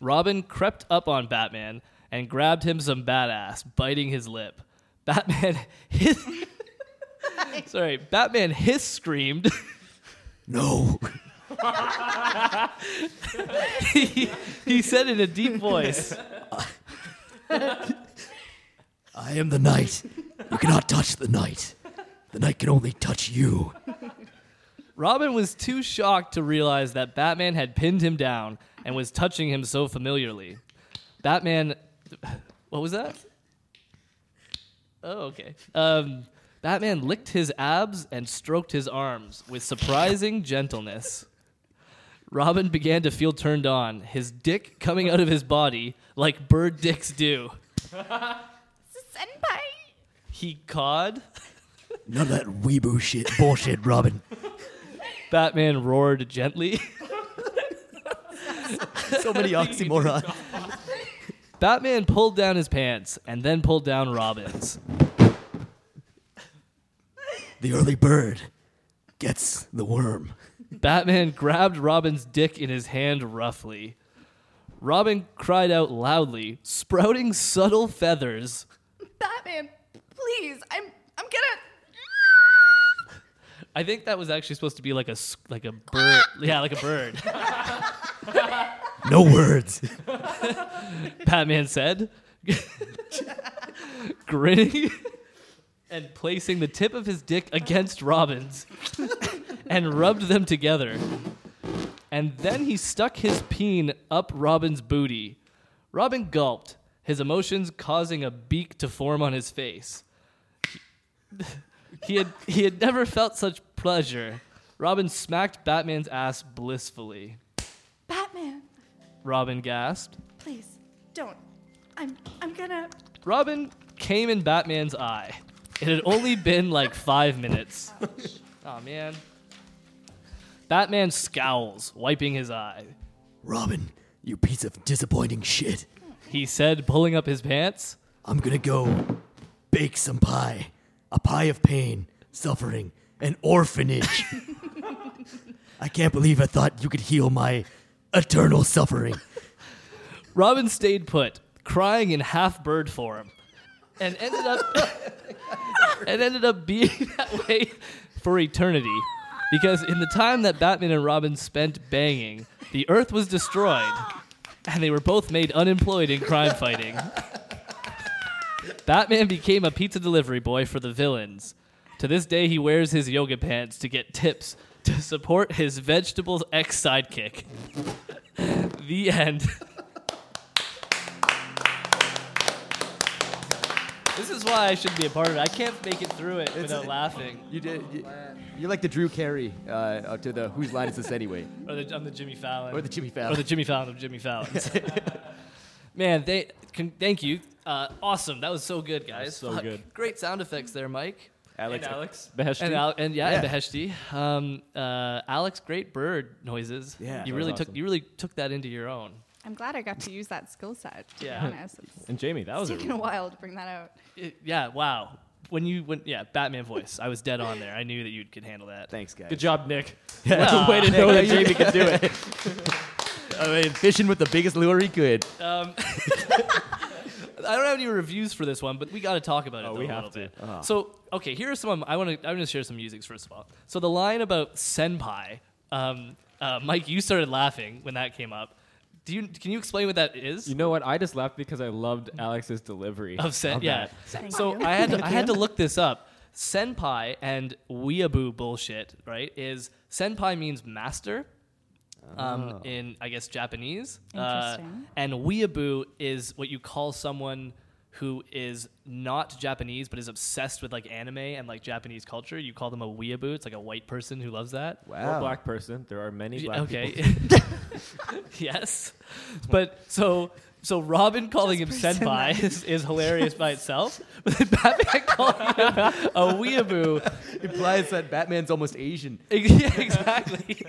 Robin crept up on Batman and grabbed him some badass, biting his lip. Batman hiss Sorry, Batman hiss screamed. no. he, he said in a deep voice. I am the knight. You cannot touch the knight. The knight can only touch you. Robin was too shocked to realize that Batman had pinned him down and was touching him so familiarly. Batman, what was that? Oh, okay. Um, Batman licked his abs and stroked his arms with surprising gentleness. Robin began to feel turned on, his dick coming out of his body like bird dicks do. Senpai! He cawed. None of that weeboo shit bullshit, Robin. Batman roared gently. So many oxymorons. Batman pulled down his pants and then pulled down Robin's. The early bird gets the worm. Batman grabbed Robin's dick in his hand roughly. Robin cried out loudly, sprouting subtle feathers. Batman, please, I'm I'm gonna. I think that was actually supposed to be like a s- like a bird. Yeah, like a bird. No words. Batman said, grinning and placing the tip of his dick against Robin's and rubbed them together. And then he stuck his peen up Robin's booty. Robin gulped, his emotions causing a beak to form on his face. He had, he had never felt such pleasure. Robin smacked Batman's ass blissfully. Batman, Robin gasped. please, don't. I'm I'm gonna. Robin came in Batman's eye. It had only been like five minutes. Oh man. Batman scowls, wiping his eye. Robin, you piece of disappointing shit. He said, pulling up his pants. I'm gonna go bake some pie. A pie of pain, suffering, an orphanage. I can't believe I thought you could heal my eternal suffering. Robin stayed put, crying in half bird form, and ended up and ended up being that way for eternity. Because in the time that Batman and Robin spent banging, the Earth was destroyed, and they were both made unemployed in crime fighting. Batman became a pizza delivery boy for the villains. To this day, he wears his yoga pants to get tips to support his vegetables ex sidekick. The end. This is why I shouldn't be a part of it. I can't make it through it without laughing. You did. You, you're like the Drew Carey uh, up to the whose line is this anyway? Or the, I'm the Jimmy Fallon. Or the Jimmy Or the Fallon. Jimmy Fallon of Jimmy Fallon's. Man, they, con- thank you. Uh, awesome. That was so good, guys. so Fuck. good. Great sound effects there, Mike. Alex, Alex Beheshti. And, Al- and yeah, Yeah. and Beheshti. Um, uh, Alex, great bird noises. you Yeah. That was really took awesome. you really took that into your own. I'm glad I got to use that skill set. To Yeah. be honest. It's, and Jamie. That was it's a, taken a while to bring that out. It- yeah, wow. When you when yeah, Batman voice. I was dead on there. I knew that you could handle that. Thanks, guys. good job, Nick. Well, Way to know that Jamie could do it. I mean, fishing with the biggest lure he could. Um, I don't have any reviews for this one, but we got to talk about it. Oh, though, we a have little to. bit. So, okay, here are some. of my- I want to. I'm going to share some musics first of all. So the line about senpai, um, uh, Mike, you started laughing when that came up. Do you? Can you explain what that is? You know what? I just laughed because I loved Alex's delivery. of sen- of yeah. that. Thank So you. I had to, I had to look this up. Senpai and weeaboo bullshit, right? Is senpai means master, um, in I guess Japanese, uh, Interesting. and weeaboo is what you call someone who is not Japanese but is obsessed with like anime and like Japanese culture. You call them a weeaboo. It's like a white person who loves that. Or black person. There are many black okay. people. yes. But so so Robin calling him senpai is, is hilarious by itself. But then Batman calling him a weeaboo. implies that Batman's almost Asian. Yeah, exactly.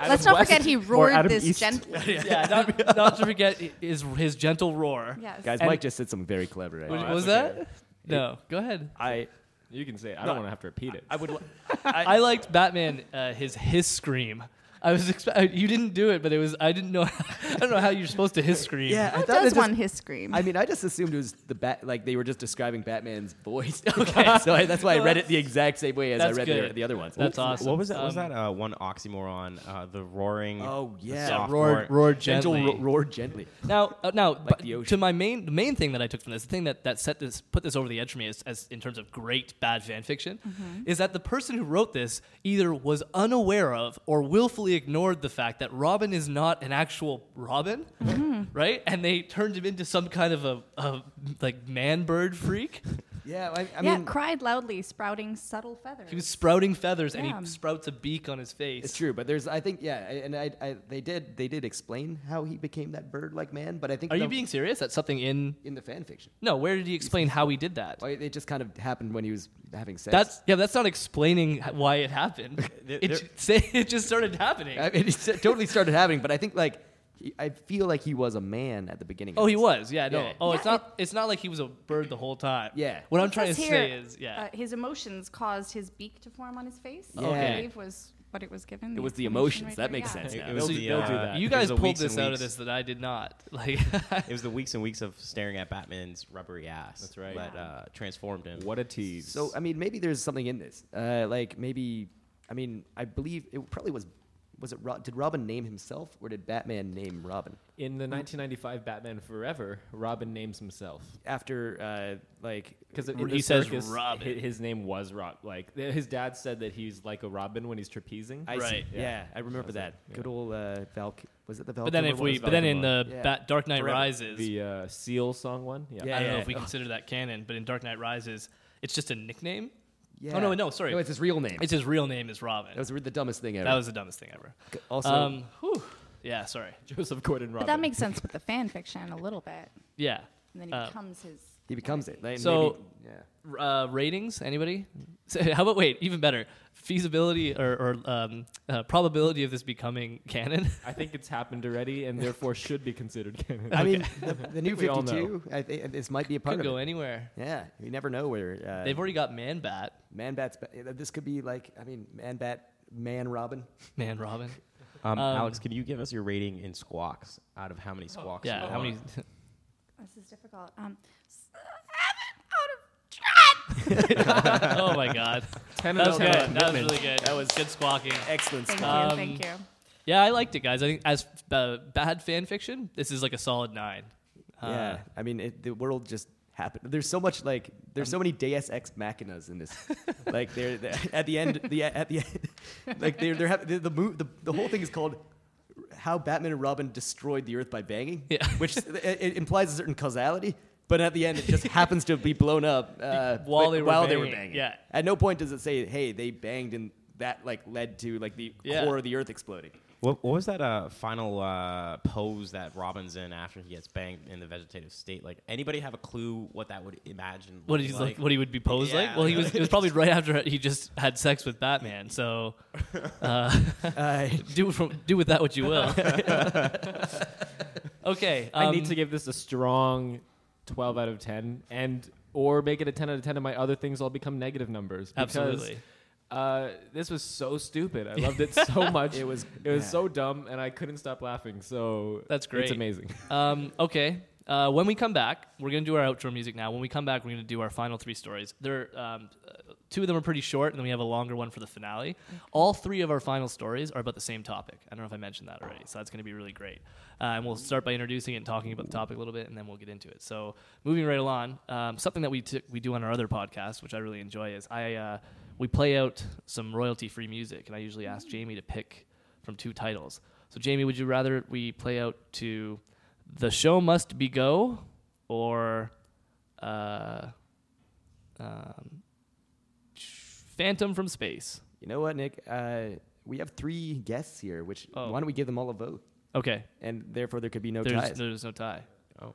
Let's not West forget he Adam roared this East. gently. Yeah, not, not to forget his his gentle roar. Yes. Guys, And- Mike just said something very clever. What Right? Oh, was that's that? No, go ahead. I, You can say it. I No, don't want to have to repeat it. I would. Li- I liked Batman. Uh, his his scream. I was expe- you didn't do it, but it was I didn't know. I don't know how you're supposed to his scream. yeah, I How thought does it just- one his scream? I mean, I just assumed it was the bat. Like they were just describing Batman's voice. okay, so I, that's why I read it the exact same way as I That's read good. the, the other ones. That's awesome. What was that? was Um, that uh, one oxymoron? Uh, the roaring. Oh, the yeah. Yeah, soft roar, roar- roar Gentle gently. ro- roar gently. Now, uh, now, but the ocean. to my main the main thing that I took from this, the thing that, that set this put this over the edge for me, is, as in terms of great bad fan fiction, is that the person who wrote this either was unaware of or willfully ignored the fact that Robin is not an actual Robin, right? And they turned him into some kind of a, a like man bird freak. Yeah, I, I yeah, mean, cried loudly, sprouting subtle feathers. He was sprouting feathers, Yeah. and he sprouts a beak on his face. it's true. But there's, I think, yeah, I- and I, I, they did, they did explain how he became that bird-like man. But I think Are you the- being serious? That's something in in the fan fiction? no. Where did he explain how he did that? Well, it just kind of happened when he was having sex. That's yeah. That's not explaining h- why it happened. There- it, there- ju- say, it just started happening. I mean, it s- totally started happening, but I think like he, I feel like he was a man at the beginning. of Oh, he this. was. Yeah, no. Yeah. Oh, it's Yeah, not. It's not like he was a bird the whole time. Yeah. What I'm It trying to says say here, is, yeah, uh, his emotions caused his beak to form on his face. Yeah. I Okay. believe was what it was given. It was the emotions. explanation right that there, makes yeah. sense It- now. it was So the, they'll do uh, that. you it was guys the pulled weeks and this out of weeks. this that I did not. Like, It was the weeks and weeks of staring at Batman's rubbery ass. That's right. That uh, transformed him. What a tease. So um, I mean, maybe there's something in this. Uh, like maybe, I mean, I believe it probably was. Was it Ro- did Robin name himself or did Batman name Robin in the 1995 Batman Forever, Robin names himself after uh, like because Where in he the says circus, Robin. hi- His, name was Rob. Like th- his dad said that he's like a Robin when he's trapezing. I see. Right. Yeah. I remember that. Good old uh, Val. Was it the Val? but then Kilmer if one? we, was but then in the Valkyrie. Yeah. Bat Dark Knight Forever. Rises, the uh, Seal song one. Yeah. I don't know Yeah. if we Ugh. consider that canon, but in Dark Knight Rises, it's just a nickname. Yeah. Oh no, no, sorry. No, it's it's, his real name. his real name is Robin. that was the dumbest thing ever. That was the dumbest thing ever. also, um, whew. yeah, sorry. Joseph But Gordon-Robin. that makes sense with the fan fiction a little bit, Yeah. and then he Uh, becomes his. he becomes it. Like, So- maybe- yeah. R- Uh, ratings? Anybody? So, how about wait? Even better, feasibility or, or um, uh, probability of this becoming canon. I think it's happened already, and therefore should be considered canon. I mean, the, the new we all know. 52. I think this might be a part Could of go it. anywhere. Yeah, you never know where uh, They've already got Man Bat, Man Bat's. ba- This could be like, I mean, Man Bat, Man Robin. Man Robin. Um, Um, Oh, Alex, can you give us your rating in squawks out of how many squawks? Yeah, you how want? many? This is difficult. Um, seven out of ten. oh my god, Ten that was good. out of ten. That was really good. That was good squawking. Excellent. Thank Scott. you, Um, thank you. Yeah, I liked it, guys. I think as uh, bad fan fiction, this is like a solid nine. Uh, yeah, I mean, it, the world just happened. There's so much like, there's Um, so many Deus Ex Machinas in this. like, they're, they're- at the end, the at the end, like they're they're having the the, mo- the the whole thing is called how Batman and Robin destroyed the Earth by banging, Yeah. which it, it implies a certain causality. But at the end, it just happens to be blown up uh, While but- they were while they were banging, banging. yeah. At no point does it say, "Hey, they banged and that like led to like the Yeah. core of the Earth exploding." What, what was that uh, final uh, pose that Robin's in after he gets banged in the vegetative state? Like, anybody have a clue what that would imagine? What looking he's like, what he would be posed Yeah. like? Well, he was. It was probably right after he just had sex with Batman. So, uh, Uh, do from do with that what you will. okay, I um, need to give this a strong 12 out of 10 and or make it a 10 out of 10 and my other things all become negative numbers because, absolutely. uh, this was so stupid i loved it so much it was it was yeah. so dumb and i couldn't stop laughing so That's great. it's amazing Um, okay. Uh, when we come back, we're gonna do our outro music now. When we come back, we're gonna do our final three stories. There, um, uh, two of them are pretty short, and then we have a longer one for the finale. All three of our final stories are about the same topic. I don't know if I mentioned that already, so that's gonna be really great. Uh, and we'll start by introducing it and talking about the topic a little bit, and then we'll get into it. So, moving right along, um, something that we t- we do on our other podcast, which I really enjoy, is I uh, we play out some royalty free music, and I usually ask Jamie to pick from two titles. So, Jamie, would you rather we play out to the show must be go or uh, um, Phantom from Space? You know what, Nick? Uh, we have three guests here, which Oh. why don't we give them all a vote? Okay, And therefore, there could be no there's ties. there's no tie Oh,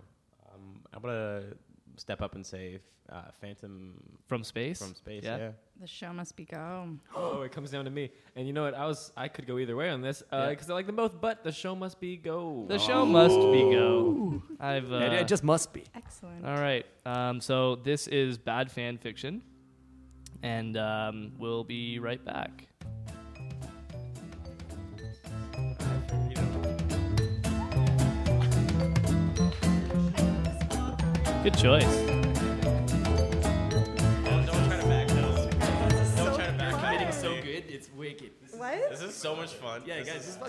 um, I'm gonna step up and say uh, Phantom from space. from space. Yeah. Yeah. The show must be go. oh it comes down to me and you know what i was i could go either way on this because Yeah. i like them both but the show must be go The show must be go. I've uh, it, it just must be. Excellent. all right. Um, so this is bad fan fiction, and um, we'll be right back. Good choice. Don't, try to back out. Don't try to back good, it's wicked. What? This is so much fun. Yeah, guys,